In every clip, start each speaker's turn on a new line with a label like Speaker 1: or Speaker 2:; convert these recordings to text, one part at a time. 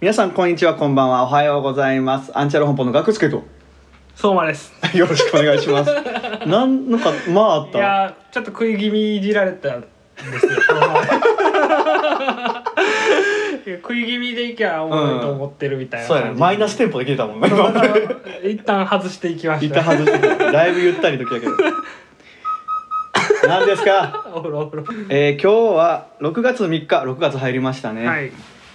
Speaker 1: 皆さんこんにちはこんばんはおはようございますアンチャル本舗のガクスケと
Speaker 2: そうまです
Speaker 1: よろしくお願いします なんなんかまああっ
Speaker 2: い
Speaker 1: た
Speaker 2: やーちょっと食い気味いじられたんで すよこの前いや食い気味でいきゃおもろいと思ってるみたいな
Speaker 1: そうやねマイナステンポで切れたもんね今
Speaker 2: また一旦外していきま し
Speaker 1: 一
Speaker 2: た
Speaker 1: 旦外してだいぶゆったりときたけど何ですか、
Speaker 2: おろおろ、
Speaker 1: えー、今日は6月3日6月入りましたね
Speaker 2: はい、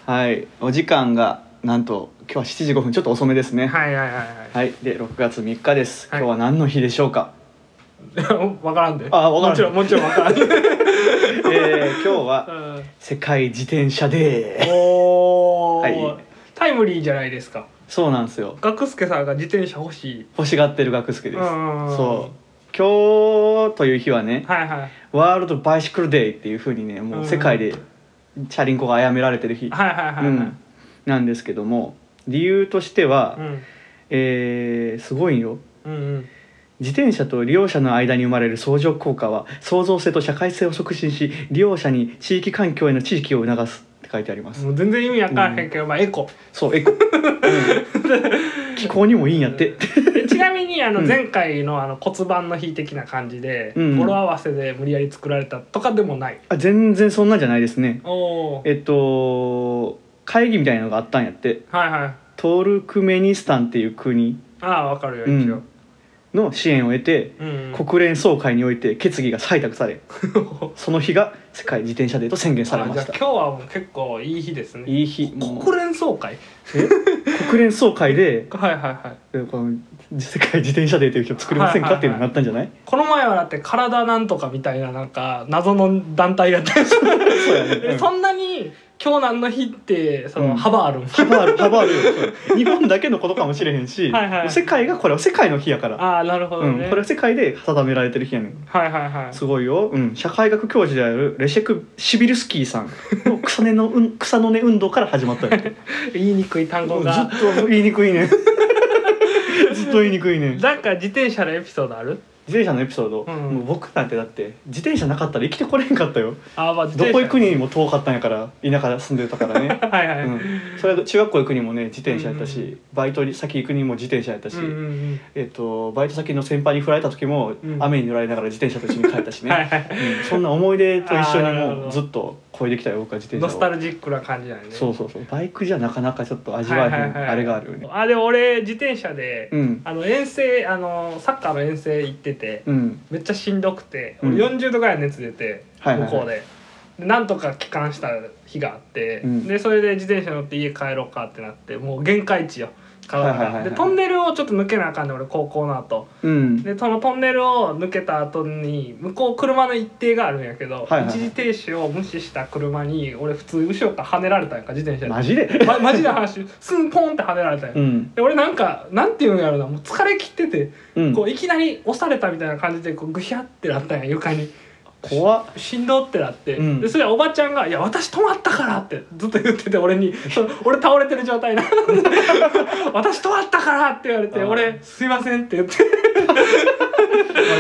Speaker 1: はいお時間がなんと今日は7時5分ちょっと遅めですね
Speaker 2: はいはいはい
Speaker 1: はい、で6月3日です、
Speaker 2: はい
Speaker 1: 今日は何の日でしょうか、
Speaker 2: はいわからんで
Speaker 1: あわからん
Speaker 2: もちろんもちろんわから んで、
Speaker 1: えー、今日は
Speaker 2: うん
Speaker 1: 世界自転車デー
Speaker 2: おお、
Speaker 1: はい
Speaker 2: タイムリーじゃないですか
Speaker 1: そうなんですよ
Speaker 2: 学助さんが自転車欲しい
Speaker 1: 欲しがってる学助です
Speaker 2: うん
Speaker 1: そう今日という日はね
Speaker 2: はいはい
Speaker 1: ワールドバイシクルデーっていうふうにねもう世界でチャリンコが殺められてる日、
Speaker 2: はいはいはいはい、
Speaker 1: うん、なんですけども理由としては、
Speaker 2: うん
Speaker 1: えーすごいよ
Speaker 2: うんうん
Speaker 1: 自転車と利用者の間に生まれる相乗効果は創造性と社会性を促進し利用者に地域環境への知識を促すって書いてあります、
Speaker 2: もう全然意味わからへんけど、まあエコ
Speaker 1: そうエコ、うん 気候にもいいんやって、
Speaker 2: ちなみにあの
Speaker 1: うん
Speaker 2: 前回のあの骨盤の日的な感じで、
Speaker 1: うん
Speaker 2: 語呂合わせで無理やり作られたとかでもない。
Speaker 1: あ全然そんなんじゃないですね
Speaker 2: おー
Speaker 1: えっと会議みたいなのがあったんやって
Speaker 2: はいはい。
Speaker 1: トルクメニスタンっていう国
Speaker 2: ああわかるよ
Speaker 1: うん
Speaker 2: 一応。
Speaker 1: の支援を得て
Speaker 2: うん。
Speaker 1: 国連総会において決議が採択されその日が世界自転車デーと宣言されま
Speaker 2: あ
Speaker 1: し
Speaker 2: じゃ
Speaker 1: た
Speaker 2: あ今日はもう結構いい日ですね。
Speaker 1: いい日もう
Speaker 2: 国連総会。
Speaker 1: 国連総会で
Speaker 2: はいはいはい。
Speaker 1: えこの世界自転車デーという日を作りませんか
Speaker 2: はい
Speaker 1: っ
Speaker 2: は
Speaker 1: て
Speaker 2: いはい
Speaker 1: いうのになったんじゃない
Speaker 2: この前はだって体なんとかみたいななんか謎の団体やったりして
Speaker 1: そうやね。うん
Speaker 2: そんなに今日なんの日ってそうの
Speaker 1: ん
Speaker 2: 幅あるん。
Speaker 1: 幅ある幅あるよそう日本だけのことかもしれへんし
Speaker 2: はいはい
Speaker 1: 世界がこれは世界の日やから、
Speaker 2: ああなるほど
Speaker 1: うん、
Speaker 2: ね。
Speaker 1: これは世界で定められてる日やねん
Speaker 2: はいはいはい。
Speaker 1: すごいよ、うん、社会学教授であるレシェク・シビルスキーさんの草根の、うん、草の根運動から始まったんや って
Speaker 2: 言いにくい単語が。
Speaker 1: ずっと言いにくいねん ずっと言いにくいねん自
Speaker 2: なんか自転車のエピソードある？
Speaker 1: 転車のエピソード、
Speaker 2: うん
Speaker 1: もう僕なんてだって自転車なかったら生きてこれへんかったよ
Speaker 2: あーまあ自
Speaker 1: ど
Speaker 2: 転車
Speaker 1: こ行くにも遠かったんやから田舎住んでたから ね
Speaker 2: はいはい。
Speaker 1: うん、それは中学校行くにもね自転車やったし、
Speaker 2: うんう
Speaker 1: バイト先行くにも自転車やったし、
Speaker 2: うんうん
Speaker 1: えっと、バイト先の先輩に振られた時も、
Speaker 2: うん
Speaker 1: 雨に濡られながら自転車と一緒に帰ったし
Speaker 2: うん、
Speaker 1: ね、
Speaker 2: はいはい。
Speaker 1: うん そんな思い出と一緒
Speaker 2: あーな
Speaker 1: に
Speaker 2: るほ
Speaker 1: も
Speaker 2: ど
Speaker 1: うずっと超えてきたよ僕は自転
Speaker 2: ノスタ
Speaker 1: 車を。
Speaker 2: ルジックな感じなんで、ね。
Speaker 1: そうそうそうバイクじゃなかなかちょっと味わえへん、
Speaker 2: はいはいはい
Speaker 1: あれがあるよね。
Speaker 2: あでも俺自転車で、
Speaker 1: うん
Speaker 2: あの遠征あのサッカーの遠征行ってて、
Speaker 1: うん
Speaker 2: めっちゃしんどくて、
Speaker 1: うん
Speaker 2: 俺40度ぐらい熱出て、
Speaker 1: はいはいはい
Speaker 2: 向こうで。でなんとか帰還した日があって、
Speaker 1: うん
Speaker 2: でそれで自転車乗って家帰ろうかってなってもう限界値よ体が、
Speaker 1: はいはいはいはい
Speaker 2: でトンネルをちょっと抜けなあかんで俺高校の後
Speaker 1: うん
Speaker 2: でそのトンネルを抜けた後に向こう車の一定があるんやけど、
Speaker 1: はいはい
Speaker 2: 一時停止を無視した車に俺普通後ろから跳ねられたんやんか自転車
Speaker 1: マ
Speaker 2: で
Speaker 1: ジで、
Speaker 2: ま、マジな話スンポンって跳ねられたんや、、
Speaker 1: うんん
Speaker 2: で俺なんかなんていうんやろなもう疲れ切ってて、
Speaker 1: うん、
Speaker 2: こういきなり押されたみたいな感じでこうグヒャってなったんや床に
Speaker 1: 怖っ
Speaker 2: しんどってなって、
Speaker 1: うん
Speaker 2: でそれおばちゃんが「いや私止まったから」ってずっと言ってて俺にその俺倒れてる 状態な私止まったから」って言われて「
Speaker 1: あー
Speaker 2: 俺すいません」って言って。
Speaker 1: まあで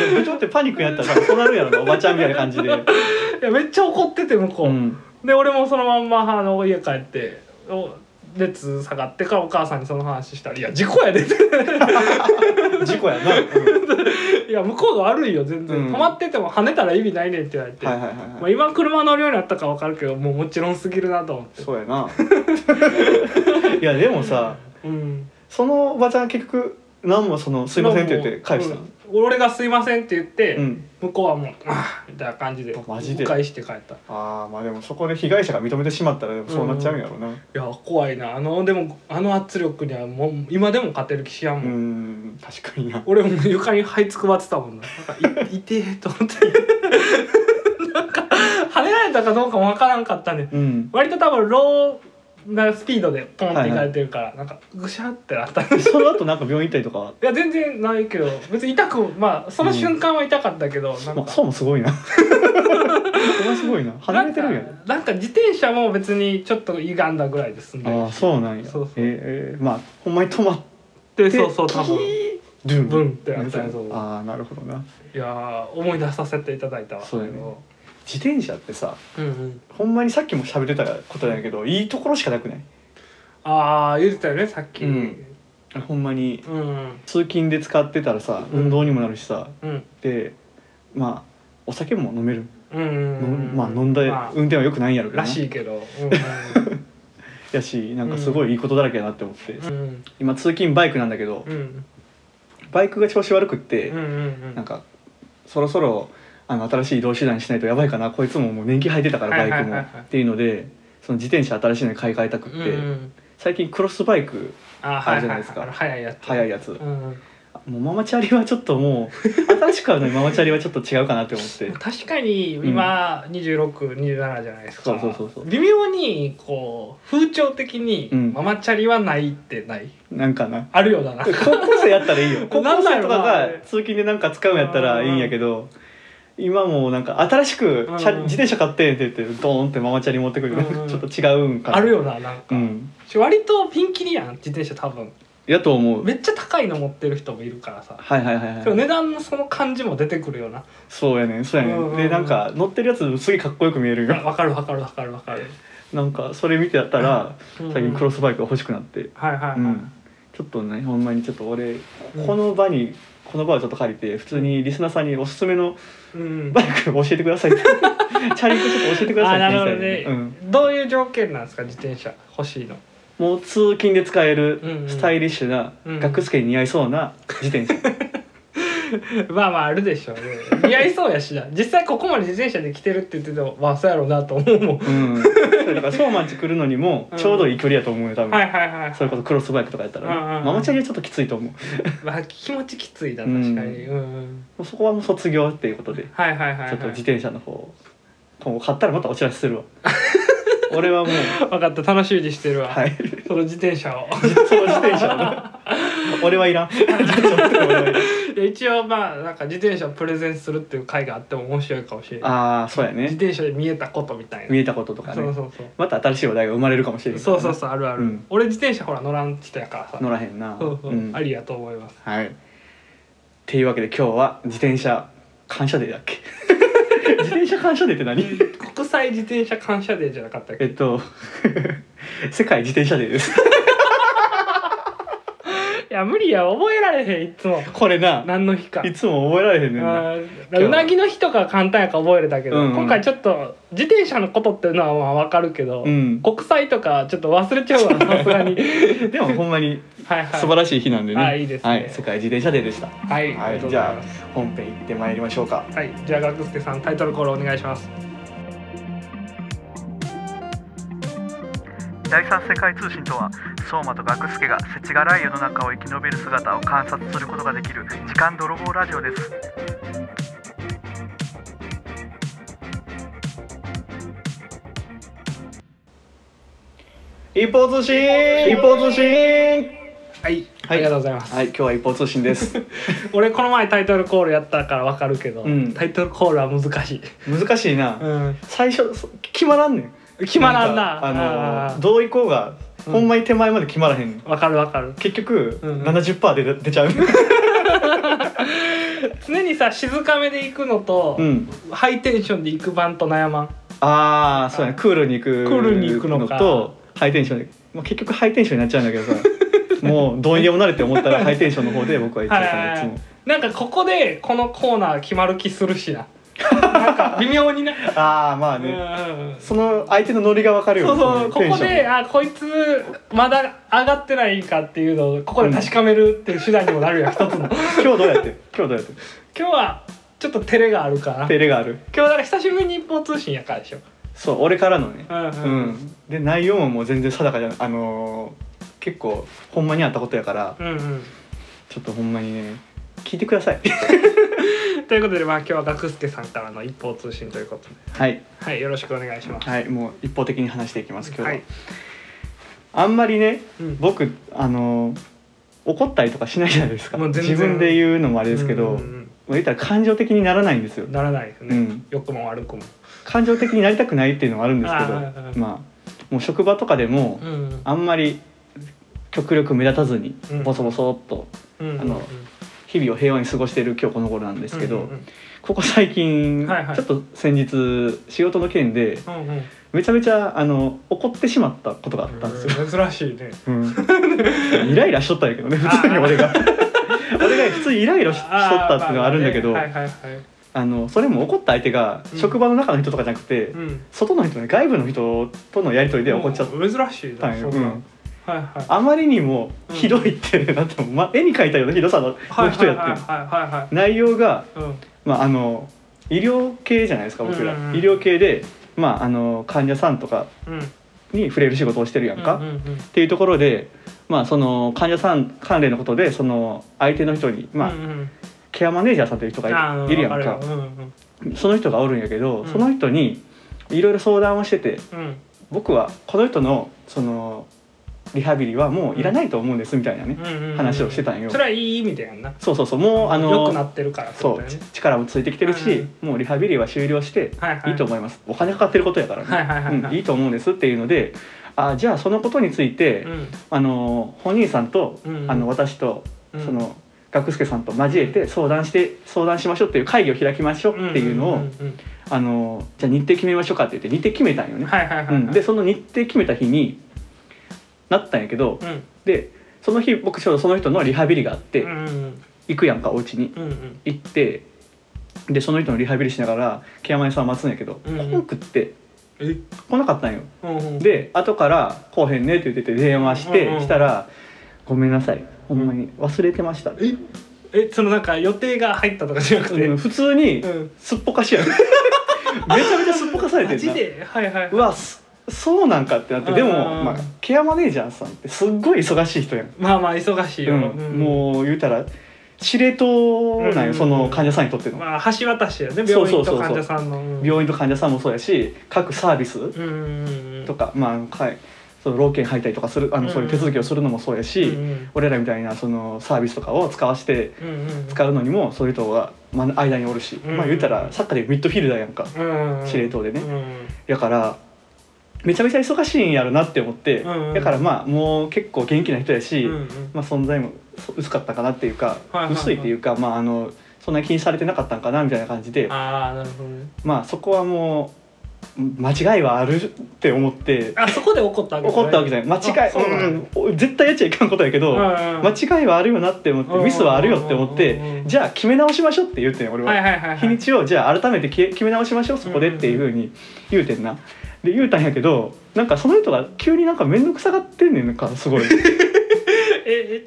Speaker 1: も部長ってパニックやったらそうなるや ろなおばちゃんみたいな感じで。
Speaker 2: いやめっちゃ怒ってて向こう、
Speaker 1: うん
Speaker 2: で俺もそのまんまあの家帰ってお列下がってからお母さんにその話したら「いや事故やで」って
Speaker 1: 事故やな、うん
Speaker 2: 「いや向こうが悪いよ全然、
Speaker 1: うん
Speaker 2: 止まってても跳ねたら意味ないねん」って言われて、
Speaker 1: はいはいはい
Speaker 2: ま
Speaker 1: は
Speaker 2: あ、
Speaker 1: い、
Speaker 2: 今車乗るようになったから分かるけどもうもちろんすぎるなと思って
Speaker 1: そうやないやでもさ
Speaker 2: うん
Speaker 1: そのおばちゃん結局何もその「すいません」って言って返した
Speaker 2: うん俺が「すいません」って言って、
Speaker 1: うん
Speaker 2: 向こうはもう「ああ」みたいな感じで
Speaker 1: マジで
Speaker 2: 迂回して帰ったい
Speaker 1: ああまあでもそこで被害者が認めてしまったらでもそうなっちゃうんやろうな
Speaker 2: や怖いなあのでもあの圧力にはもう今でも勝てる気しやん
Speaker 1: う
Speaker 2: もん
Speaker 1: んん確かにな
Speaker 2: 俺もう床に這いつくばってたもんななんかい いてえと思ってなんか跳ねられたかどうかもわからんかったね
Speaker 1: うん
Speaker 2: 割と多分ローなスピードでポンっていかれてるから、なんかぐしゃってなったい
Speaker 1: その後なんか病院行ったりとかは
Speaker 2: や全然ないけど別に痛くまあその瞬間は痛かったけど、なん
Speaker 1: まあ
Speaker 2: か
Speaker 1: そうもすごい なお前すごいな離れてるや
Speaker 2: な
Speaker 1: ん
Speaker 2: んかなんか自転車も別にちょっと歪んだぐらいですんで
Speaker 1: ああそうなんや
Speaker 2: そうそう
Speaker 1: えーえーまあほんまに止まっ
Speaker 2: で
Speaker 1: て
Speaker 2: そうそう多分い
Speaker 1: キードゥン
Speaker 2: ブンってやったんやそう
Speaker 1: ああなるほどな
Speaker 2: やー思い出させていただいたわ
Speaker 1: そうやね
Speaker 2: れを
Speaker 1: 自転車ってさ
Speaker 2: うんうん
Speaker 1: ほんまにさっきも喋ってたことなんやけどいいところしかなくない
Speaker 2: ああ言ってたよねさっき
Speaker 1: うんほんまに
Speaker 2: うん
Speaker 1: 通勤で使ってたらさ
Speaker 2: うん
Speaker 1: 運動にもなるしさ、
Speaker 2: うん
Speaker 1: でまあお酒も飲める、
Speaker 2: うん
Speaker 1: 飲んまあ飲んだ
Speaker 2: まあ
Speaker 1: 運転はよくないんやろうけど
Speaker 2: ら
Speaker 1: な
Speaker 2: しいけどう
Speaker 1: やしなんかすごいいいことだらけだなって思って、
Speaker 2: んうん
Speaker 1: 今通勤バイクなんだけど、
Speaker 2: うんうん
Speaker 1: バイクが調子悪くって、
Speaker 2: うんうん
Speaker 1: なんかそろそろあの新しい移動手段にしないとやばいかなこいつももう年季入ってたからバイクも、
Speaker 2: はいはいはいはい
Speaker 1: っていうのでその自転車新しいのに買い替えたくって、
Speaker 2: うんうん
Speaker 1: 最近クロスバイク
Speaker 2: あは
Speaker 1: ある
Speaker 2: い
Speaker 1: じゃ
Speaker 2: は
Speaker 1: ない
Speaker 2: い
Speaker 1: ですか
Speaker 2: はいあの速いやつ
Speaker 1: 速いやつ、
Speaker 2: うん
Speaker 1: もうママチャリはちょっともう新しく買うのにママチャリはちょっと違うかなって思って
Speaker 2: 確かに今2627じゃないですか、
Speaker 1: そうそうそうそう
Speaker 2: 微妙にこう風潮的に
Speaker 1: うん
Speaker 2: ママチャリはないってない
Speaker 1: なんかな
Speaker 2: あるようだな
Speaker 1: 高校生やったらいいよ高
Speaker 2: な
Speaker 1: 校
Speaker 2: んだ
Speaker 1: 生と
Speaker 2: ろう
Speaker 1: か
Speaker 2: な
Speaker 1: が通勤でなんか使うんやったらいいんやけど今もうなんか新しくチャリ
Speaker 2: うん
Speaker 1: 自転車買ってんって言ってドーンってママチャリ持ってくる
Speaker 2: う ん
Speaker 1: ちょっと違うんかな
Speaker 2: あるよななん
Speaker 1: う
Speaker 2: か、
Speaker 1: ん
Speaker 2: 割とピンキリやん自転車多分
Speaker 1: やと思う
Speaker 2: めっちゃ高いの持ってる人もいるからさ
Speaker 1: はいはいはい
Speaker 2: でも
Speaker 1: はい
Speaker 2: 値段のその感じも出てくるよ な
Speaker 1: そうやねんそうやね
Speaker 2: うんうん
Speaker 1: ん
Speaker 2: うん
Speaker 1: でなんか乗ってるやつすげえかっこよく見える
Speaker 2: あ
Speaker 1: よ
Speaker 2: わかるわかるわかるわかる、
Speaker 1: なんかそれ見てたら
Speaker 2: うん
Speaker 1: 最近クロスバイクが欲しくなって
Speaker 2: はいはいはい、
Speaker 1: うんちょっとねほんまにちょっと俺この場にこの場をちょっと借りて普通にリスナーさんにおすすめの
Speaker 2: うん
Speaker 1: バイク教えてく ださいってチャリンコちょっと教えてください
Speaker 2: あ
Speaker 1: って
Speaker 2: な
Speaker 1: 言いたい
Speaker 2: るほどね、
Speaker 1: うん
Speaker 2: どういう条件なんですか自転車欲しいの
Speaker 1: もう通勤で使える
Speaker 2: うんうん
Speaker 1: スタイリッシュな、
Speaker 2: うん
Speaker 1: 学生に似合いそうな自転車
Speaker 2: まあまああるでしょうね似合いそうやしな実際ここまで自転車で来てるって言っててもまあそうやろうなと思うもん
Speaker 1: うんそうだから相馬町来るのにもちょうどいい距離やと思うよ多分、
Speaker 2: はいはいはい
Speaker 1: それこそクロスバイクとかやったら、ね
Speaker 2: うんうんうん
Speaker 1: ママチャリはちょっときついと思うも
Speaker 2: まあ気持ちきついな確かに、うんうん、
Speaker 1: うそこはもう卒業っていうことで
Speaker 2: はいはいはい、はい、
Speaker 1: ちょっと自転車の方今後買ったらまたお知らせす るわ俺はもう
Speaker 2: 分かった楽しみにしてるわ、
Speaker 1: はい
Speaker 2: その自転車を
Speaker 1: その自転車 を俺はいらんちょっと俺はいらん
Speaker 2: いや一応まあなんか自転車をプレゼンするっていう回があっても面白いかもしれない
Speaker 1: ああそうや
Speaker 2: 自
Speaker 1: ね
Speaker 2: 転車で見えたことみたいな
Speaker 1: 見えたこととか
Speaker 2: そう
Speaker 1: ね
Speaker 2: そうそう
Speaker 1: また新しい話題が生まれるかもしれないから
Speaker 2: そう
Speaker 1: ね
Speaker 2: そうそうあるある、
Speaker 1: うん
Speaker 2: 俺自転車ほら乗らん人やからさ
Speaker 1: 乗らへんな
Speaker 2: そうそう、
Speaker 1: うん
Speaker 2: ありやと思います
Speaker 1: はい。っていうわけで今日は自転車感謝デーだっ け自転車感謝デーって何
Speaker 2: 国際自転車感謝デーじゃなかったっ
Speaker 1: え
Speaker 2: け
Speaker 1: っと 世界自転車デーです
Speaker 2: いや無理や覚えられへんいつも
Speaker 1: これな
Speaker 2: 何の日か
Speaker 1: いつも覚えられへんねんな
Speaker 2: あーうなぎの日とかは簡単やから覚えれたけど、
Speaker 1: うんうん
Speaker 2: 今回ちょっと自転車のことっていうのはまあ分かるけど、
Speaker 1: うん
Speaker 2: 国際とかちょっと忘れちゃうわさすがに
Speaker 1: でもほんまに
Speaker 2: はいはい
Speaker 1: 素晴らしい日なんでね
Speaker 2: あいいですね
Speaker 1: はい世界自転車デーでした
Speaker 2: はい、あ
Speaker 1: はいう
Speaker 2: りがとご
Speaker 1: じ
Speaker 2: ざい
Speaker 1: ゃ
Speaker 2: ます
Speaker 1: あ本編行ってまいりましょうか
Speaker 2: はい、じゃあ学助さんタイトルコールお願いします。
Speaker 1: 第三世界通信とは相馬と学助が世知辛い世の中を生き延びる姿を観察することができる時間泥棒ラジオです一方通信一方通信
Speaker 2: はい、ありがとうございます。
Speaker 1: はい今日は一方通信です
Speaker 2: 俺この前タイトルコールやったからわかるけど、
Speaker 1: うん
Speaker 2: タイトルコールは難しい。
Speaker 1: 難しいな、
Speaker 2: うん、
Speaker 1: 最初そ決まらんねん
Speaker 2: 決まらん
Speaker 1: なん
Speaker 2: な。
Speaker 1: かあの
Speaker 2: あー
Speaker 1: どういこうが、
Speaker 2: うん
Speaker 1: ほんまに手前まで決まらへん
Speaker 2: わかるわかる。
Speaker 1: 結局、
Speaker 2: うん
Speaker 1: 70%で出ちゃう
Speaker 2: 常にさ静かめで行くのと、
Speaker 1: うん
Speaker 2: ハイテンションで行く版と悩まん。
Speaker 1: ああそうやねクールに行く
Speaker 2: クールに行くのか
Speaker 1: とハイテンションで、まあ、結局ハイテンションになっちゃうんだけどさ もうどうにでもなれって思ったらハイテンションの方で僕はいつも
Speaker 2: はいはいはい
Speaker 1: いつも
Speaker 2: なんかここでこのコーナー決まる気するし な。なんか微妙にね。
Speaker 1: ああまあ
Speaker 2: うん
Speaker 1: ね、
Speaker 2: うんうん
Speaker 1: その相手のノリが分かるよ
Speaker 2: そうそう
Speaker 1: その
Speaker 2: こ
Speaker 1: テン
Speaker 2: こ
Speaker 1: ション
Speaker 2: であこいつまだ上がってないかっていうのをここで確かめるっていう手段にもなるやん、一つ の
Speaker 1: 今日どうやってる今日どうやってる
Speaker 2: 今日はちょっと照れがあるから今
Speaker 1: 照れがある
Speaker 2: 日だから久しぶりに一方通信やからでしょ
Speaker 1: そう俺からのね
Speaker 2: うん
Speaker 1: う
Speaker 2: うん
Speaker 1: ん、で内容ももう全然定かじゃないあのー結構ほんまにあったことやから、
Speaker 2: うんうん
Speaker 1: ちょっとほんまにね聞いてくださ い
Speaker 2: ということでまあ今日は学助さんからの一方通信ということで
Speaker 1: はい
Speaker 2: はいよろしくお願いします
Speaker 1: はいもう一方的に話していきます今日は、
Speaker 2: はい
Speaker 1: あんまりね
Speaker 2: うん
Speaker 1: 僕あの怒ったりとかしないじゃないですか
Speaker 2: もう全然
Speaker 1: 自分で言うのもあれですけど、
Speaker 2: うんうん
Speaker 1: まあ言ったら感情的にならないんですよ
Speaker 2: うんならないですね、
Speaker 1: うん
Speaker 2: 良くも悪くも
Speaker 1: 感情的になりたくないっていうのはあるんですけど
Speaker 2: あーはいはい
Speaker 1: まあもう職場とかでも、
Speaker 2: うん
Speaker 1: あんまり極力目立たずに
Speaker 2: うん
Speaker 1: ボソボソっと
Speaker 2: うんうん
Speaker 1: あの
Speaker 2: う
Speaker 1: 拾日々を平和に過ごしている今日この頃なんですけど、
Speaker 2: うん
Speaker 1: ここ最近、
Speaker 2: はいはい
Speaker 1: ちょっと先日仕事の件で
Speaker 2: うんうんうん
Speaker 1: めちゃめちゃあの怒ってしまったことがあったんですよ。
Speaker 2: 珍しいね
Speaker 1: うん、イ ライラしとったんやけど ね普通に俺が 俺が普通にイライラししとったっていうのがあるんだけどあ、
Speaker 2: ーまあねはいはいはい
Speaker 1: のそれも怒った相手が
Speaker 2: うん
Speaker 1: 職場の中の人とかじゃなくて、
Speaker 2: うん
Speaker 1: 外の人ね外部の人とのやり取りで怒っちゃっ
Speaker 2: うん珍しい
Speaker 1: た
Speaker 2: なん
Speaker 1: よ、
Speaker 2: そん
Speaker 1: う
Speaker 2: なんはいはい
Speaker 1: あまりにもひどいって、なっても、ま、絵に描いたようなひどさの
Speaker 2: はい
Speaker 1: の人やって、
Speaker 2: はいはいはいはい
Speaker 1: 内容が、
Speaker 2: うん
Speaker 1: まあ、あの医療系じゃないですか僕ら、
Speaker 2: うんうんうん
Speaker 1: 医療系で、まあ、あの患者さんとか
Speaker 2: うん
Speaker 1: に触れる仕事をしてるやんか、
Speaker 2: うんうんうん
Speaker 1: っていうところで、まあ、その患者さん関連のことでその相手の人に、まあ
Speaker 2: うんうん
Speaker 1: ケアマネージャーさんという人
Speaker 2: あ
Speaker 1: が
Speaker 2: ー
Speaker 1: いいるやん
Speaker 2: わ
Speaker 1: か
Speaker 2: るようんうん
Speaker 1: その人がおるんやけど、
Speaker 2: うん
Speaker 1: その人にいろいろ相談をしてて
Speaker 2: うん
Speaker 1: 僕はこの人のそのリハビリはもういらないと思うんですみたいなね、
Speaker 2: うんうんうん
Speaker 1: 話をしてたんよ
Speaker 2: それはいい意味だよな
Speaker 1: そうそうそうもうあの
Speaker 2: 良くなってるからって
Speaker 1: そ
Speaker 2: こと
Speaker 1: う
Speaker 2: だよ
Speaker 1: ち
Speaker 2: ね
Speaker 1: 力もついてきてるし、
Speaker 2: うん
Speaker 1: もうリハビリは終了して
Speaker 2: はいはい
Speaker 1: いいと思います、お金かかってることやからね、
Speaker 2: はいはいはい
Speaker 1: うん
Speaker 2: はい
Speaker 1: いいと思うんですっていうのであじゃあそのことについて、
Speaker 2: うん
Speaker 1: あの本人さんと、
Speaker 2: うんうん
Speaker 1: あの私と
Speaker 2: うん
Speaker 1: その学助さんと交えて相談して相談しましょうっていう会議を開きましょうっていうのを、
Speaker 2: んんうん
Speaker 1: あのじゃあ日程決めましょうかって言って日程決めたんよ
Speaker 2: うん
Speaker 1: ね、
Speaker 2: はいはいはいはい
Speaker 1: うん、でその日程決めた日になったんやけど、
Speaker 2: うん
Speaker 1: でその日僕ちょうどその人のリハビリがあって、
Speaker 2: うんうん
Speaker 1: 行くやんかお家に
Speaker 2: うんうん
Speaker 1: 行ってでその人のリハビリしながらケアマネさんを待つんやけど、
Speaker 2: うんうん
Speaker 1: 来んくって
Speaker 2: え
Speaker 1: 来なかったんよ
Speaker 2: うんうん
Speaker 1: で後から「来おへんね」って言ってて電話して、
Speaker 2: うんうん
Speaker 1: したら「ごめんなさいほんまに忘れてました」
Speaker 2: ええそのなんか予定が入ったとかじゃなくて
Speaker 1: うん普通に
Speaker 2: うん
Speaker 1: すっぽかし やんめちゃめちゃすっぽかされて
Speaker 2: マジ
Speaker 1: る
Speaker 2: ではいはい
Speaker 1: なうわすそうなんかってなってでも、
Speaker 2: うん
Speaker 1: まあ、ケアマネージャーさんってすっごい忙しい人やん、
Speaker 2: まあまあ忙しいよ
Speaker 1: うんもう言うたら司令塔なんよ、
Speaker 2: うん
Speaker 1: その患者さんにとっての、
Speaker 2: まあ橋渡しやね
Speaker 1: そう
Speaker 2: 病
Speaker 1: そう
Speaker 2: 院
Speaker 1: そうそ
Speaker 2: と
Speaker 1: う
Speaker 2: 患者さんのうん
Speaker 1: 病院と患者さんもそうやし各サービス
Speaker 2: うんうんうん
Speaker 1: とか、まああのかいその老犬入ったりとかするあの、
Speaker 2: うん
Speaker 1: そういう手続きをするのもそうやし、
Speaker 2: うん
Speaker 1: 俺らみたいなそのサービスとかを使わせて
Speaker 2: うんうんうん
Speaker 1: 使うのにもそういう人が、まあ、間におるし、
Speaker 2: うん
Speaker 1: まあ言うたらサッカーでミッドフィルダーやんか
Speaker 2: うんうん
Speaker 1: 司令塔でね
Speaker 2: うん
Speaker 1: だからめちゃめちゃ忙しいんやろなって思って、
Speaker 2: うんうん
Speaker 1: だからまあもう結構元気な人やし、
Speaker 2: うんうん
Speaker 1: まあ、存在もそ薄かったかなっていうか、
Speaker 2: はいはいはい
Speaker 1: 薄いっていうか、まあ、あのそんなに気にされてなかったんかなみたいな感じで
Speaker 2: ああなるほどね
Speaker 1: まあそこはもう間違いはあるって思って
Speaker 2: あそこで怒ったわけ
Speaker 1: 怒ったわけじゃない間違い
Speaker 2: あそうなんだ
Speaker 1: うん絶対やっちゃいかんことやけど、
Speaker 2: 間
Speaker 1: 間違いはあるよなって思ってミスはあるよって思っ
Speaker 2: うんうんうん
Speaker 1: て
Speaker 2: うん
Speaker 1: じゃあ決め直しましょうって言うてん俺は、
Speaker 2: はいはいはいはい
Speaker 1: 日にちをじゃあ改めて決決め直しましょうそこでっていうふうに言うてんな。で言うたんやけどなんかその人が急になんか面倒くさがってんねんかす ごい。
Speaker 2: ええ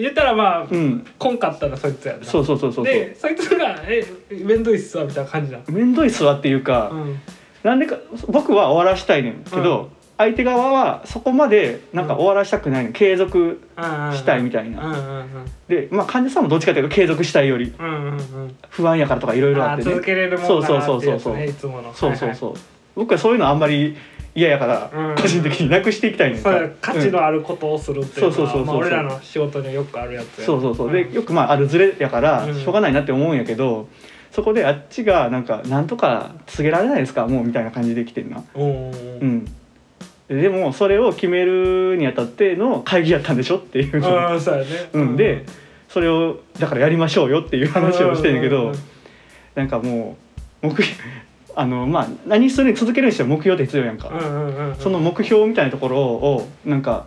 Speaker 2: 言ったらまあ、
Speaker 1: うん、
Speaker 2: こんかったらそいつやな
Speaker 1: そうそうそうそうそう
Speaker 2: でそいつが「え面倒いっすわ」みたいな感じだ、
Speaker 1: 面倒いっすわっていうか、
Speaker 2: うん、
Speaker 1: なんでか僕は終わらしたいねんけど、
Speaker 2: う
Speaker 1: 相手側はそこまでなんか終わらしたくないの継続したいみ
Speaker 2: た
Speaker 1: たいな。
Speaker 2: うんうん
Speaker 1: で、まあ、患者さんもどっちかというと継続したいより
Speaker 2: うんうんうん
Speaker 1: 不安やからとかいろい
Speaker 2: うん
Speaker 1: ろ
Speaker 2: あ
Speaker 1: あっ
Speaker 2: あ
Speaker 1: てね
Speaker 2: 続けれるもんだ
Speaker 1: そ
Speaker 2: な
Speaker 1: う
Speaker 2: っ
Speaker 1: そう
Speaker 2: て
Speaker 1: そ
Speaker 2: や
Speaker 1: う
Speaker 2: つ
Speaker 1: そう
Speaker 2: ねいつもの
Speaker 1: そうそう
Speaker 2: はいはい
Speaker 1: そう、僕はそういうのあんまり嫌やから、
Speaker 2: うん
Speaker 1: 個人的になくしていきたいねんか
Speaker 2: そう価値のあることをするっていう
Speaker 1: そうそうそうそう
Speaker 2: のはまあ俺らの仕事によくあるやつ
Speaker 1: うん
Speaker 2: や
Speaker 1: そうそうそうで
Speaker 2: ん
Speaker 1: よくまああるズレやから
Speaker 2: うん
Speaker 1: しょうがないなって思うんやけど、そこであっちがなんか「なんとか告げられないですかもう」みたいな感じで来てんな
Speaker 2: うんうんう
Speaker 1: うんんでもそれを決めるにあたっての会議やったんでしょっていう
Speaker 2: ああそうやね
Speaker 1: うんでそれをだからやりましょうよっていう話をしてんやけ
Speaker 2: う
Speaker 1: ど
Speaker 2: ん
Speaker 1: なんかもう目標あのまあ何するに続けるにしても目標って必要やんか、
Speaker 2: うんうんうん
Speaker 1: その目標みたいなところをなんか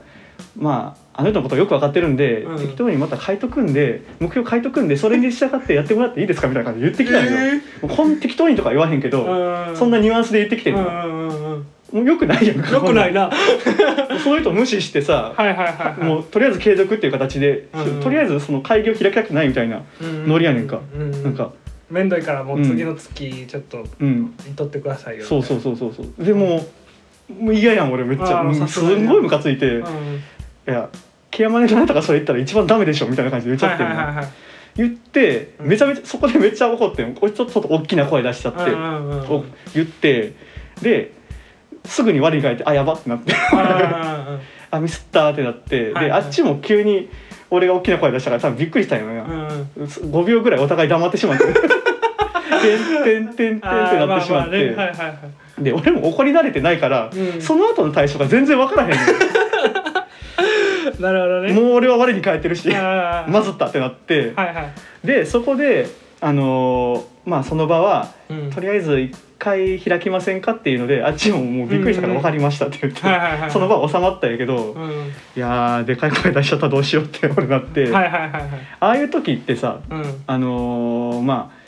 Speaker 1: まああの人のことよく分かってるんで、
Speaker 2: うん
Speaker 1: 適当にまた書いとくんで目標書いとくんでそれに従ってやってもらっていいですかみたいな感じで言ってきたんよ、もうこん適当にとか言わへんけど、
Speaker 2: う
Speaker 1: そんなニュアンスで言ってきて
Speaker 2: うんんう
Speaker 1: の、
Speaker 2: んうんうん
Speaker 1: もうよくないやんか
Speaker 2: よくない
Speaker 1: い
Speaker 2: なはい
Speaker 1: そういう人無視してさ、
Speaker 2: はいはいはい
Speaker 1: もうとりあえず継続っていう形で、
Speaker 2: うん
Speaker 1: とりあえずその会議を開きたくないみたいな、ノ
Speaker 2: ノ
Speaker 1: リやねんかなんか
Speaker 2: 面倒いからもう次の月ちょっと
Speaker 1: うん
Speaker 2: 取ってくださいよ
Speaker 1: そうそうそうそうそうでももう嫌やん俺めっちゃ
Speaker 2: あー
Speaker 1: うん
Speaker 2: さ
Speaker 1: す
Speaker 2: すがに
Speaker 1: んごいムカついて、
Speaker 2: うん
Speaker 1: い
Speaker 2: はい
Speaker 1: やケアマネじゃないとかそれ言ったら一番ダメでしょみたいな感じで言っちゃ
Speaker 2: は
Speaker 1: っ
Speaker 2: い
Speaker 1: てん
Speaker 2: は
Speaker 1: の
Speaker 2: いはい
Speaker 1: 言って
Speaker 2: うん
Speaker 1: めちゃめちゃそこでめっちゃ怒ってんこいつちょっと大きな声出しちゃって、
Speaker 2: うんうんうん
Speaker 1: お言ってですぐに我に返ってあやばってなって あミスったってなって、
Speaker 2: はい
Speaker 1: で
Speaker 2: は
Speaker 1: あ
Speaker 2: い
Speaker 1: っちも急に俺が大きな声出したから多分びっくりしたんよな、
Speaker 2: うんうんうんうん
Speaker 1: 5秒ぐらいお互い黙ってしまっててんてんてんてんって
Speaker 2: あーま
Speaker 1: な
Speaker 2: あ
Speaker 1: ってしまっ
Speaker 2: まあねはい
Speaker 1: て
Speaker 2: はいはい
Speaker 1: で俺も怒り慣れてないから、
Speaker 2: うん
Speaker 1: その後の対処が全然わからへんのよ
Speaker 2: なるほ どね
Speaker 1: もう俺は我に返ってるし
Speaker 2: あー
Speaker 1: まずったってなって
Speaker 2: はいはい、
Speaker 1: でそこであのーまあその場は
Speaker 2: うん、
Speaker 1: とりあえず一回開きませんかっていうのであっちももうびっくりしたから
Speaker 2: うん
Speaker 1: 分かりましたって言っ
Speaker 2: はい
Speaker 1: て
Speaker 2: はいはい
Speaker 1: その場収まったんやけど
Speaker 2: うん
Speaker 1: いやーでかい声出しちゃったどうしようって俺なって
Speaker 2: は
Speaker 1: あ
Speaker 2: いはいはいはい
Speaker 1: あいう時ってさ
Speaker 2: うん
Speaker 1: あのーまあ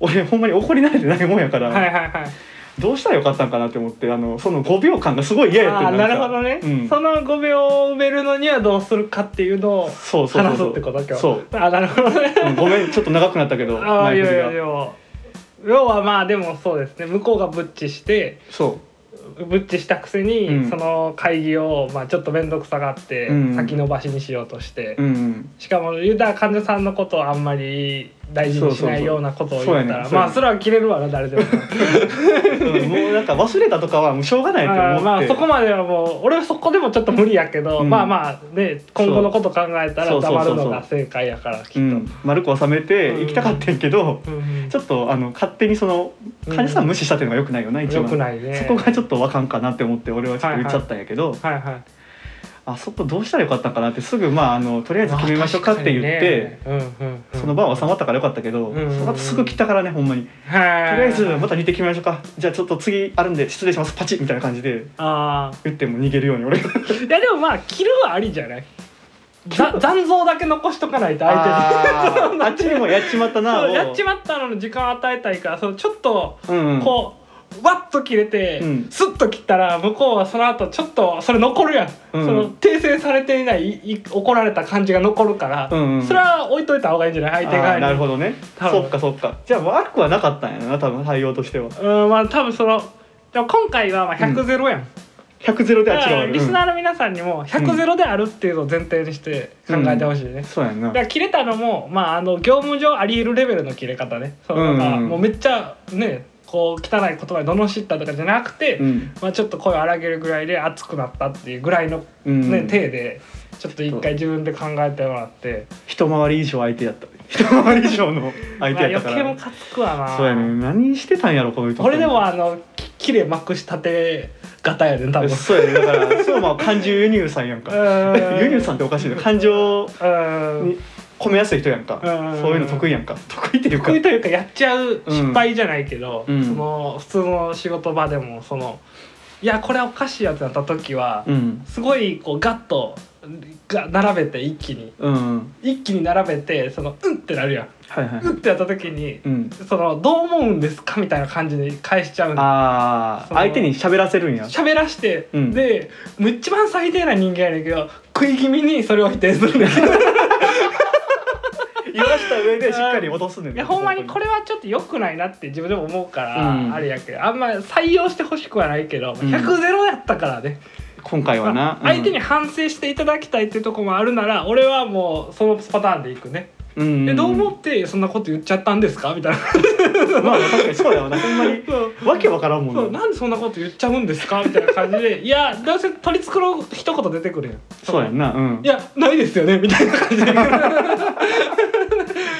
Speaker 1: 俺ほんまに怒り慣れてないもんやか
Speaker 2: はいは
Speaker 1: ら
Speaker 2: いはい
Speaker 1: どうしたらよかったんかなって思ってあのその5秒間がすごい嫌やっ
Speaker 2: あ
Speaker 1: て
Speaker 2: あなるほどね、
Speaker 1: うん
Speaker 2: その5秒を埋めるのにはどうするかっていうのを
Speaker 1: そうそうそう
Speaker 2: 話す
Speaker 1: そう
Speaker 2: ってこと今日
Speaker 1: そう
Speaker 2: あなるほどね
Speaker 1: うんごめんちょっと長くなったけど
Speaker 2: ああ
Speaker 1: 前
Speaker 2: い
Speaker 1: 振
Speaker 2: や
Speaker 1: り
Speaker 2: い
Speaker 1: が
Speaker 2: やいや要はまあでもそうですね向こうがブッチして
Speaker 1: そ
Speaker 2: ブッチしたくせに、
Speaker 1: うん
Speaker 2: その会議を、まあ、ちょっと面倒くさがって、
Speaker 1: うん
Speaker 2: 先延ばしにしようとして、
Speaker 1: ううん
Speaker 2: しかも言うたら患者さんのことをあんまり大事にし
Speaker 1: そうそう
Speaker 2: な
Speaker 1: そう
Speaker 2: いようなことを言ったら
Speaker 1: そうやねんそうやねん
Speaker 2: まあそれは切れるわな誰でも
Speaker 1: うんもうなんか忘れたとかはもうしょうがないと思っ
Speaker 2: あ
Speaker 1: て
Speaker 2: ーまあそこまではもう俺はそこでもちょっと無理やけど、
Speaker 1: うん
Speaker 2: まあまあね今後のこと考えた
Speaker 1: そ
Speaker 2: ら
Speaker 1: うそうそう
Speaker 2: 黙
Speaker 1: そう
Speaker 2: るのが正解やからきっと。
Speaker 1: う
Speaker 2: うん
Speaker 1: ん、丸く収めて行きたかったんやけど、
Speaker 2: うん
Speaker 1: ちょっとあの勝手にその患者さん無視したっていうのが良くないよな一
Speaker 2: よ
Speaker 1: 番、
Speaker 2: くないね。
Speaker 1: そこがちょ
Speaker 2: っ
Speaker 1: っとわかんかなって思って俺はちょっと言っちゃったんやけど、
Speaker 2: とはいはい。
Speaker 1: あそこどうしたらよかったんかなってすぐまああのとりあえず決めましょうかって言って、
Speaker 2: あー確かにねうんうんうん、
Speaker 1: その場は収まったからよかったけど、
Speaker 2: うんうんうん
Speaker 1: その後すぐ来たからねほんまに、とり
Speaker 2: は
Speaker 1: あえずま
Speaker 2: た
Speaker 1: た似て決めましょうかじゃあちょっと次あるんで失礼しますパチッみたいな感じで
Speaker 2: あ
Speaker 1: 言っても逃げるように俺が
Speaker 2: ーいやでもまあ切るはありじゃないざ残像だけ残しとかないと相手に
Speaker 1: あ ーあっちにもやっちまったな
Speaker 2: そう
Speaker 1: を
Speaker 2: やっちまったのに時間与えたいからそのちょっと
Speaker 1: うんうん
Speaker 2: こう、わっと切れて、
Speaker 1: うん
Speaker 2: スッと切ったら向こうはその後ちょっとそれ残るやん、
Speaker 1: うん
Speaker 2: その訂正されていないいい怒られた感じが残るから、
Speaker 1: うんうん
Speaker 2: それは置いといた方がいいんじゃない相手側
Speaker 1: あー
Speaker 2: に
Speaker 1: なるほどね
Speaker 2: 多分
Speaker 1: そっかそっかじゃあ悪くはなかったんやな多分対応としては
Speaker 2: うんまあ多分そのでも今回はまあ100ゼロやん、
Speaker 1: 100ゼロで
Speaker 2: だ
Speaker 1: は
Speaker 2: か
Speaker 1: 違う
Speaker 2: ら
Speaker 1: わけ
Speaker 2: リス
Speaker 1: う
Speaker 2: ナーの皆さんにも100ゼロであるっていうのを前提にして考えてほしいね、
Speaker 1: んそうやんな
Speaker 2: だから切れたのも、まあ、あの業務上あり得るレベルの切れ方ねそう
Speaker 1: うんう
Speaker 2: なん
Speaker 1: ん
Speaker 2: かもうめっちゃねこう汚い言葉で罵ったとかじゃなくて、
Speaker 1: うん
Speaker 2: まあ、ちょっと声を荒げるぐらいで熱くなったっていうぐらいの、ね
Speaker 1: うん
Speaker 2: 体でちょっと一回自分で考えてもらって、
Speaker 1: 一回り以上相手やった一回り以上の相
Speaker 2: ま
Speaker 1: 手
Speaker 2: あ、余
Speaker 1: やったか
Speaker 2: 計
Speaker 1: ら、
Speaker 2: ムカつくわな
Speaker 1: そうやね何してたんやろこの人
Speaker 2: これでもあのき切れまくしたて型やね多分
Speaker 1: そうやねだからそう まあ感情輸入さんやんか
Speaker 2: うん
Speaker 1: 輸入さんっておかしいね感情
Speaker 2: うん
Speaker 1: に込めやすい人やんか
Speaker 2: うん
Speaker 1: そういうの得意やんか得意っていうか
Speaker 2: 得意というかやっちゃう
Speaker 1: うん
Speaker 2: 失敗じゃないけど、
Speaker 1: うん
Speaker 2: その普通の仕事場でもそのいやこれおかしいやつだった時は、
Speaker 1: うん
Speaker 2: すごいこうガッとが並べて一気に
Speaker 1: うん
Speaker 2: 一気に並べてそのうんってなるやん
Speaker 1: はいはい
Speaker 2: うんってやった時に
Speaker 1: うん
Speaker 2: そのどう思うんですかみたいな感じで返しちゃうんだ
Speaker 1: ああ
Speaker 2: その
Speaker 1: 相手に喋らせるんや
Speaker 2: 喋らして、
Speaker 1: うん
Speaker 2: でもう一番最低な人間やねんけど食い気味にそれを否定するんだけど
Speaker 1: 言わした上でしっかり戻すねん
Speaker 2: いやほんまにこ
Speaker 1: れ
Speaker 2: れはちょっと良くないなって自分でも思うから、
Speaker 1: うん
Speaker 2: あれやけどあんま採用してほしくはないけど
Speaker 1: ん
Speaker 2: 100ゼロやったからね、
Speaker 1: 今回は
Speaker 2: ま
Speaker 1: な
Speaker 2: あ相手に反省していただきたいっていうところもあるなら俺はもうそのパターンでいくね、
Speaker 1: うん
Speaker 2: でどう思ってそんなこと言っちゃったんですかみたい な
Speaker 1: まあ確かにそうだよなほんまに
Speaker 2: そう
Speaker 1: わけわからんもんな
Speaker 2: そうなんでそんなこと言っちゃうんですかみたいな感じで いやどうせ取り繕う一言出てくるやん
Speaker 1: そうやんなうん
Speaker 2: いやないですよねみたいな感じで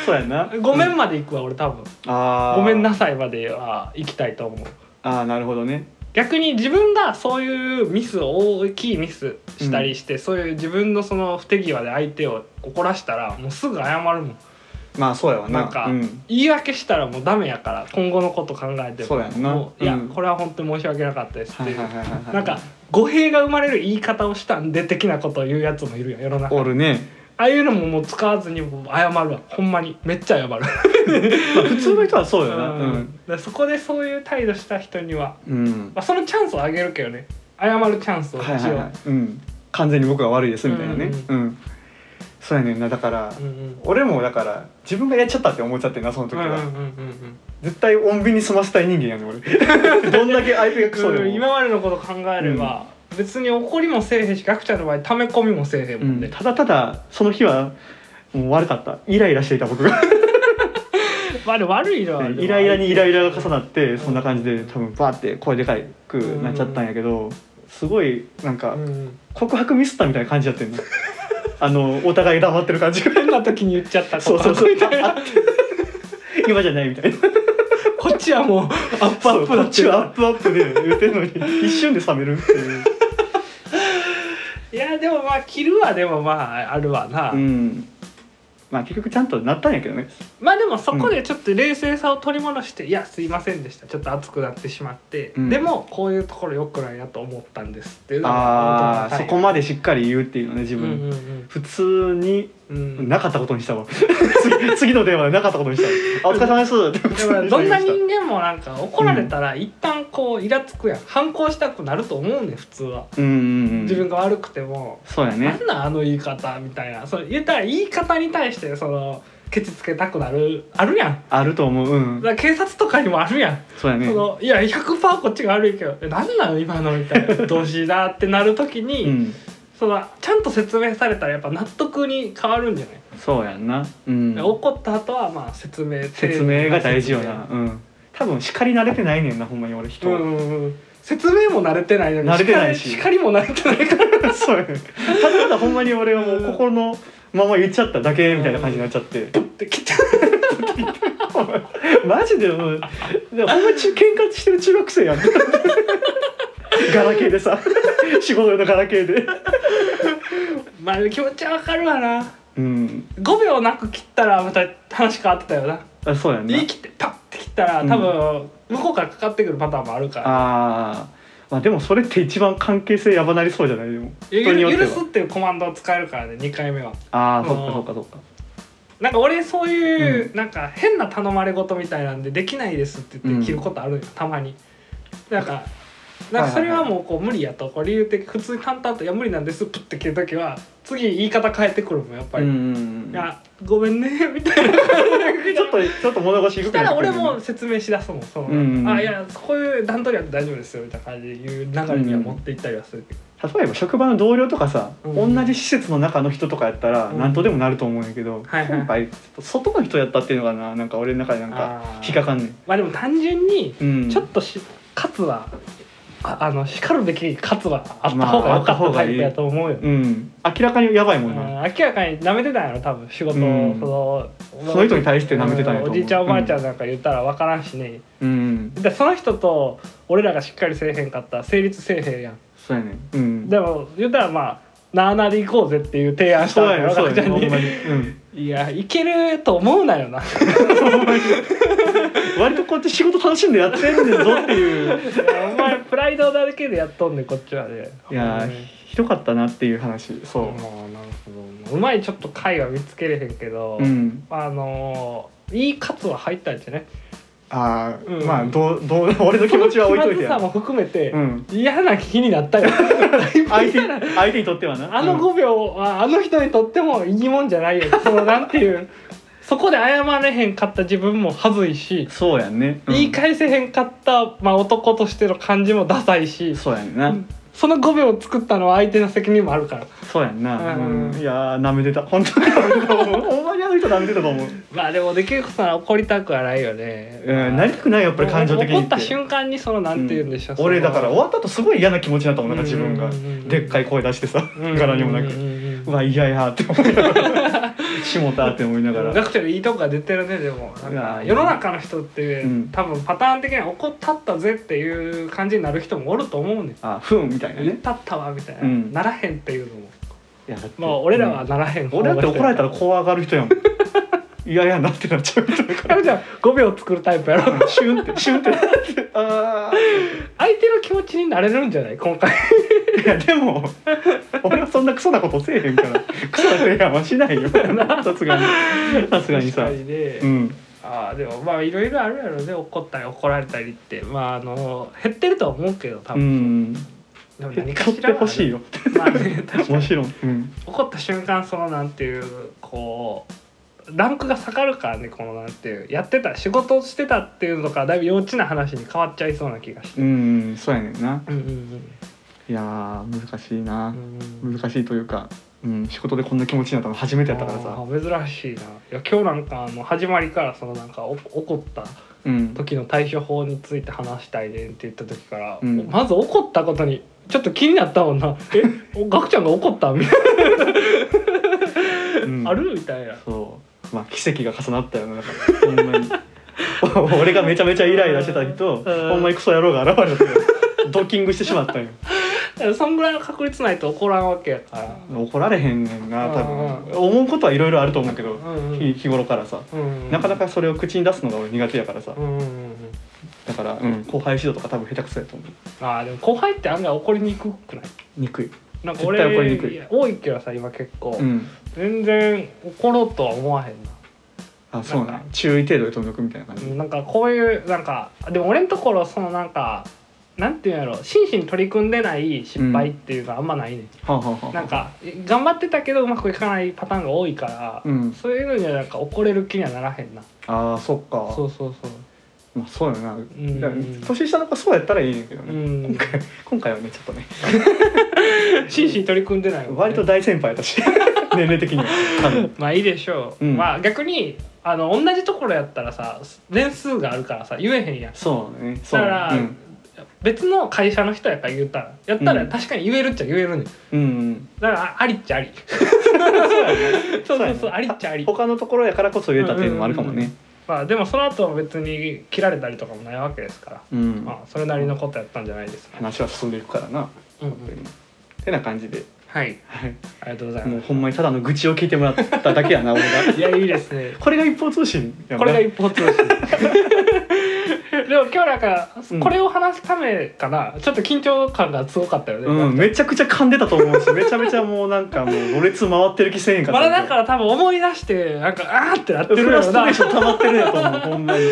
Speaker 1: そうやんな
Speaker 2: ごめんまで行くわ俺多分
Speaker 1: あー
Speaker 2: ごめんなさいまでは行きたいと思う
Speaker 1: ああなるほどね
Speaker 2: 逆に自分がそういうミスを大きいミスしたりして、そういう自分のその不手際で相手を怒らしたらもうすぐ謝るもん
Speaker 1: まあそうやわな
Speaker 2: なんか
Speaker 1: うん
Speaker 2: 言い訳したらもうダメやから今後のこと考えても
Speaker 1: そうやんな
Speaker 2: もういや、
Speaker 1: うん
Speaker 2: これは本当に申し訳なかったですって、
Speaker 1: はいいうはいはいはいはい
Speaker 2: なんか語弊が生まれる言い方をしたんで的なことを言うやつもいるよ世の中
Speaker 1: お
Speaker 2: あ
Speaker 1: るね、
Speaker 2: あいうのももう使わずにもう謝るわほんまにめっちゃ謝る
Speaker 1: まあ、普通の人はそうよな
Speaker 2: う
Speaker 1: うんん、
Speaker 2: だからそこでそういう態度した人には、
Speaker 1: うん、
Speaker 2: まあ、そのチャンスをあげるけどね謝るチャンスを一応、
Speaker 1: はいはいはい、うん、完全に僕が悪いですみたいなね
Speaker 2: う
Speaker 1: うん、そうやねんなだから、
Speaker 2: うんうん
Speaker 1: 俺もだから自分がやっちゃったって思っちゃってんなその時
Speaker 2: うんう
Speaker 1: は、
Speaker 2: んうん
Speaker 1: 絶対穏便に済ませたい人間やねん 俺どんだけ相手がクソで
Speaker 2: う
Speaker 1: も
Speaker 2: ん、今までのこと考えれば、別に怒りもせえへんしガクちゃんの場合溜め込みもせえへんもん
Speaker 1: う
Speaker 2: ね
Speaker 1: ん、ただただその日はもう悪かったイライラしていた僕が
Speaker 2: まあでも悪いのは
Speaker 1: イライラにイライラが重な
Speaker 2: っ
Speaker 1: ってそんな感じで多分バーって声でかくなっちゃったんやけどすごいなんか
Speaker 2: うん、
Speaker 1: 告白ミスったみたいな感じやってんの あのお互い黙ってる感じが
Speaker 2: 変な時に言っちゃった
Speaker 1: そうそう
Speaker 2: 告
Speaker 1: そう
Speaker 2: 白み たいな
Speaker 1: 今じゃないみたいな
Speaker 2: こっちはもうアップア
Speaker 1: そう
Speaker 2: ップ
Speaker 1: こ
Speaker 2: だ
Speaker 1: っちはアップアップで言ってんのに一瞬で冷めるっていう
Speaker 2: いやででもまあ着るはでもまああるわな、
Speaker 1: うんまあ結局ちゃんとなったんやけどね
Speaker 2: まあでもそこでちょっと冷静さを取り戻して「いやすいませんでしたちょっと熱くなってしまって、
Speaker 1: うん
Speaker 2: でもこういうところ良くないなと思ったんです」っていうのが
Speaker 1: ああ
Speaker 2: 本当
Speaker 1: そ
Speaker 2: に
Speaker 1: こまでしっかり言うっていうのね自
Speaker 2: うん
Speaker 1: 分、
Speaker 2: うんうん
Speaker 1: 普通に
Speaker 2: うん
Speaker 1: なかったことにしたわ次 次の電話でなかったことにしたわあお疲れ 様です
Speaker 2: でもどんな人
Speaker 1: に
Speaker 2: 間もなんか怒られたら一旦こうイラつくやん反抗したくなると思うねん普通は、
Speaker 1: うんうんうん
Speaker 2: 自分が悪くても
Speaker 1: そうや
Speaker 2: 「な
Speaker 1: ね
Speaker 2: んなんあの言い方」みたいなそれ言ったら言い方に対してそのケチつけたくなるあるやん
Speaker 1: あると思ううん
Speaker 2: だから警察とかにもあるやん、
Speaker 1: そうやね
Speaker 2: そのいや100%こっちが悪いけど「えなんなの今の」みたいな「どうしだ」ってなる時に、
Speaker 1: うん
Speaker 2: そのちゃんと説明されたらやっぱ納得に変わるんじゃない、
Speaker 1: そうやんなうん
Speaker 2: 怒った後はまあ説明
Speaker 1: 説明が大事よなうん多分叱り慣れてないねんなほんまに俺人、
Speaker 2: うんうんうん説明も慣れてないのに
Speaker 1: 慣れてないし
Speaker 2: 叱り叱りも慣れてないから
Speaker 1: そうやねただただほんまに俺はもう心のまま言っちゃっただけみたいな感じになっちゃって、
Speaker 2: ってきた
Speaker 1: マジでもうでもほんまに喧嘩してる中学生や んガラケーでさ仕事用のガラケーで
Speaker 2: まあ気持ちはわかるわな
Speaker 1: うん
Speaker 2: 5秒なく切ったらまた話変わってたよな
Speaker 1: あそうやんな
Speaker 2: 言い切ってパッて切ったら多分向こうからかかってくるパターンもあるから、
Speaker 1: あーまあでもそれって一番関係性やばなりそうじゃないでも
Speaker 2: ゆ
Speaker 1: 人によって
Speaker 2: 許すっ
Speaker 1: は
Speaker 2: ていうコマンドを使えるからね2回目は
Speaker 1: ああ
Speaker 2: うん
Speaker 1: そっかそっかそっか
Speaker 2: なんか俺そういう、
Speaker 1: う
Speaker 2: なんか変な頼まれ事みたいなんでできないですって言
Speaker 1: う
Speaker 2: っ
Speaker 1: ん
Speaker 2: て切ることあるよ、たまになんかなんかそれはもうこう無理やとこう理由的普通に淡々と「いや無理なんです」プッて切る時は次言い方変えてくるもんやっぱ
Speaker 1: う
Speaker 2: り「
Speaker 1: ん
Speaker 2: い
Speaker 1: うんうん
Speaker 2: やごめんね」みたいな
Speaker 1: ちょっとちょっと物腰低
Speaker 2: し
Speaker 1: くな
Speaker 2: た
Speaker 1: っ
Speaker 2: ら
Speaker 1: てく
Speaker 2: 俺
Speaker 1: るね
Speaker 2: も説明しだすもんその、
Speaker 1: うん
Speaker 2: あいやこういう段取りは大丈夫ですよみたいな感じでいう流れには持っていったりはするけど、
Speaker 1: 例えば職場の同僚とかさ、
Speaker 2: うん
Speaker 1: 同じ施設の中の人とかやったら
Speaker 2: うん
Speaker 1: 何とでもなると思うんやけど、
Speaker 2: はいはい
Speaker 1: 今回ちょっと外の人やったっていうのがななんか俺の中でなんか
Speaker 2: あー
Speaker 1: 引っかかんねん、
Speaker 2: まあでも単純に
Speaker 1: うん、
Speaker 2: ちょっとし勝はああの叱るべき勝はあった方が良かったタイプやと思うよ、
Speaker 1: うん、明らかにやばいも
Speaker 2: うん
Speaker 1: んな、
Speaker 2: 明らかに舐めてたんやろ多分仕事を、
Speaker 1: うん
Speaker 2: その
Speaker 1: その人に対して舐めてたんやと思う
Speaker 2: おじいちゃんおばあちゃんなんか言ったら分からんしね、
Speaker 1: うん、
Speaker 2: でその人と俺らがしっかりせえへんかったら成立せえへんやん
Speaker 1: そうやねんうん
Speaker 2: でも言ったらまあなあなあで行こうぜっていう提案した
Speaker 1: そ
Speaker 2: ん
Speaker 1: うやねん
Speaker 2: だよ
Speaker 1: そうや
Speaker 2: 赤ち
Speaker 1: ね
Speaker 2: ゃ
Speaker 1: ん
Speaker 2: ん
Speaker 1: ほんま
Speaker 2: に
Speaker 1: に、うん、
Speaker 2: いやいけると思うなよな
Speaker 1: ほんまに 割とこうやって仕事楽しんでやってんねんぞっていう
Speaker 2: いやお前プライドだけでやっとんねんこっちはね
Speaker 1: いやーひどかったなっていう話そ
Speaker 2: まあなるほどうまいちょっと回は見つけれへんけど、
Speaker 1: う、うん、
Speaker 2: あのーいいカツは入ったんじゃね
Speaker 1: ああ、
Speaker 2: うん
Speaker 1: まあどうどう 俺の気持ちは置いといて
Speaker 2: その気まずさ
Speaker 1: や
Speaker 2: も含めて、
Speaker 1: うん
Speaker 2: 嫌な気になっ たよ
Speaker 1: 相手相手に とってはな
Speaker 2: あの5秒はあの人にとってもいいもんじゃない よそのなんていうそこで謝れへんかった自分も恥ずいし、
Speaker 1: そうやんね、うん
Speaker 2: 言い返せへんかった、まあ、男としての感じもダサいし
Speaker 1: そうやんな、
Speaker 2: うんその5秒を作ったのは相手の責任もあるから
Speaker 1: そうやんな、
Speaker 2: うん
Speaker 1: うんいやー舐めてた本当に 舐めてた思うほんまにあの人舐めてたと思う、
Speaker 2: まあでもできることなら怒りたくはないよね、
Speaker 1: うん、なりたくないやっぱり感情的に
Speaker 2: 怒った瞬間にそのなんて言うんでしょう、
Speaker 1: うん俺だから終わった後すごい嫌な気持ちになったもんなんか自分が
Speaker 2: うんうんうんうん
Speaker 1: でっかい声出してさ
Speaker 2: うん
Speaker 1: 柄にもなく
Speaker 2: うんうん
Speaker 1: うわ嫌やって思いなが らしもたって思いなが
Speaker 2: うん
Speaker 1: ら
Speaker 2: ガクちゃんのいいとこが出てるねでもなん
Speaker 1: いや
Speaker 2: か
Speaker 1: ー
Speaker 2: 世の中の人って、
Speaker 1: うん
Speaker 2: 多分パターン的には怒ったったぜっていう感じになる人もおると思うねん
Speaker 1: あふんみたいな
Speaker 2: 言っ
Speaker 1: ね
Speaker 2: たったわみたいな、
Speaker 1: うん
Speaker 2: ならへんっていうのも
Speaker 1: いやだって
Speaker 2: まあ俺ら
Speaker 1: う
Speaker 2: は
Speaker 1: ん
Speaker 2: ならへん、
Speaker 1: 俺だって怒られたら怖がる人やも ん嫌やなってなっちゃう人だから
Speaker 2: ガクちゃん5秒作るタイプやろ
Speaker 1: シュンってシュンってなってあ
Speaker 2: 相手の気持ちになれるんじゃない今回
Speaker 1: ーいやでも俺はそんなクソなことせえへんからクソな提案はしない よさすがにさすがにさ
Speaker 2: 確かにね
Speaker 1: うん
Speaker 2: ああでもまあいろいろあるやろね怒ったり怒られたりってまああの減ってるとは思うけど多
Speaker 1: う
Speaker 2: 分、
Speaker 1: ん
Speaker 2: でも
Speaker 1: 取
Speaker 2: 何
Speaker 1: っ
Speaker 2: か
Speaker 1: て
Speaker 2: しらはある
Speaker 1: ほしいよ
Speaker 2: まあね 確か
Speaker 1: も
Speaker 2: に
Speaker 1: ちろん、うん、
Speaker 2: 怒った瞬間そのなんていうこうランクが下がるからねこのなんていうやってた仕事をしてたっていうのからだいぶ幼稚な話に変わっちゃいそうな気がして。
Speaker 1: うん、そうやねんな
Speaker 2: うんうん
Speaker 1: いやー難しい
Speaker 2: うん
Speaker 1: な
Speaker 2: うん
Speaker 1: 難しいというか、うん、仕事でこんな気持ちになったの初めてやったから
Speaker 2: あ
Speaker 1: さ、
Speaker 2: ー珍しいないや今日なんかあの始まりからそのなんかお怒った
Speaker 1: うん、
Speaker 2: 時の対処法について話したいねんって言った時から、
Speaker 1: うん
Speaker 2: まず怒ったことにちょっと気になったもんな「えおガクちゃんが怒った?」みたい
Speaker 1: うん
Speaker 2: な「ある?」みたいな。
Speaker 1: そうまあ奇跡が重なったよ なだからほんまに俺がめちゃめちゃイライラしてた日と
Speaker 2: うん
Speaker 1: ほんまにクソ野郎が現れた時ドッキングしてしまったんよ
Speaker 2: からそんぐらいの確率ないと怒らんわけやから
Speaker 1: 怒られへんねんな多
Speaker 2: うん
Speaker 1: 分思うことはいろいろあると思うけど
Speaker 2: うんうん
Speaker 1: 日日頃からさ
Speaker 2: うん
Speaker 1: なかなかそれを口に出すのが俺苦手やからさ
Speaker 2: うんうんうん
Speaker 1: だから、うん、後輩指導とか多分下手くそやと思う
Speaker 2: あーでも後輩って案外怒りにくくない
Speaker 1: 憎い
Speaker 2: なんか
Speaker 1: 絶
Speaker 2: 俺
Speaker 1: 対怒りにくい
Speaker 2: や多いけどさ今結構、
Speaker 1: うん
Speaker 2: 全然怒ろうとは思わへんな
Speaker 1: あそうな
Speaker 2: な
Speaker 1: ん
Speaker 2: んか
Speaker 1: 注意程度で飛んどくみたいな感じ、
Speaker 2: なんかこういうなんかでも俺のところそのなんかなんていうんやろ真摯に取り組んでない失敗っていうのはあんまないね、
Speaker 1: はあ、はあはあはあ、
Speaker 2: ん、なんか頑張ってたけどうまくいかないパターンが多いから、
Speaker 1: うん
Speaker 2: そういうのにはなんか怒れる気にはならへんな
Speaker 1: ああそっかそう,、
Speaker 2: そうそうそう
Speaker 1: まあ、そうやな、
Speaker 2: ん
Speaker 1: だから年下の子そうやったらいいねんけど
Speaker 2: う
Speaker 1: ね、
Speaker 2: ん
Speaker 1: 今回今回はねちょっとね
Speaker 2: 真摯に取り組んでないもんね
Speaker 1: 割と大先輩だ し年齢的には多分
Speaker 2: まあいいでしょう、
Speaker 1: うん
Speaker 2: まあ逆にあの同じところやったらさ年数があるからさ言えへんやん
Speaker 1: そうねそう
Speaker 2: だから、
Speaker 1: うん、
Speaker 2: 別の会社の人やから言ったらやった
Speaker 1: う
Speaker 2: ら
Speaker 1: ん
Speaker 2: 確かに言えるっちゃ言えるねんだ
Speaker 1: うんうん、
Speaker 2: からあありっちゃありそうそうそうありっちゃあり
Speaker 1: 他のところやからこそ言えたっていうのもあるかもね
Speaker 2: まあでもその後は別に切られたりとかもないわけですから、
Speaker 1: うん、
Speaker 2: まあそれなりのことやったんじゃないですか、
Speaker 1: 話は進んでいくからな、
Speaker 2: うんう
Speaker 1: 本当に
Speaker 2: ん
Speaker 1: てな感じで、
Speaker 2: はい
Speaker 1: はい、
Speaker 2: ありがとうござい
Speaker 1: もう
Speaker 2: ま
Speaker 1: ほんまにただの愚痴を聞いてもらっただけやな俺が
Speaker 2: すいやいいですね
Speaker 1: これが一方通信やな
Speaker 2: これが一方 通信でも今日なんか
Speaker 1: うん
Speaker 2: これを話すためかな、ちょっと緊張感がすごかったよね、
Speaker 1: うん、めちゃくちゃ噛んでたと思うしめちゃめちゃもうなんかもうろれつ回ってる気せえへんかった
Speaker 2: まだだから多分思い出してなんかあーってなってる
Speaker 1: フ
Speaker 2: よ
Speaker 1: ラス
Speaker 2: う
Speaker 1: ト
Speaker 2: な
Speaker 1: レーション溜まってるやと 思うほんまに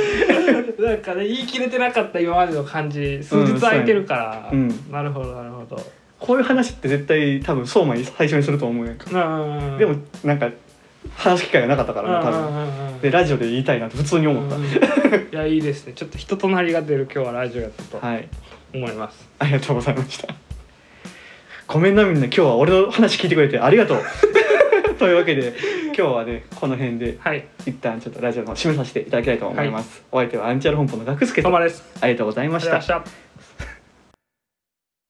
Speaker 2: なんかね言い切れてなかった今までの感じ数日空いてるから、
Speaker 1: うんそうやね
Speaker 2: なるほどなるほど
Speaker 1: こういう話って絶対多分相馬に最初にすると思うやんか、
Speaker 2: うん
Speaker 1: でもなんか話す機会がなかったか
Speaker 2: うん
Speaker 1: らな多分、
Speaker 2: うんうん
Speaker 1: でラジオで言いたいなって普通に思った、
Speaker 2: うんいやいいですねちょっと人となりが出る今日はラジオやったと
Speaker 1: はい
Speaker 2: 思います、
Speaker 1: ありがとうございましたごめんなみんな今日は俺の話聞いてくれてありがとう というわけで今日はねこの辺で
Speaker 2: はい
Speaker 1: 一旦ちょっとラジオの締めさせていただきたいと思います、お相手はアンチャル本舗の学助
Speaker 2: どう
Speaker 1: と
Speaker 2: もです
Speaker 1: ありがとうござい
Speaker 2: あ
Speaker 1: ま
Speaker 2: り
Speaker 1: し
Speaker 2: がとうござい
Speaker 1: た
Speaker 2: ました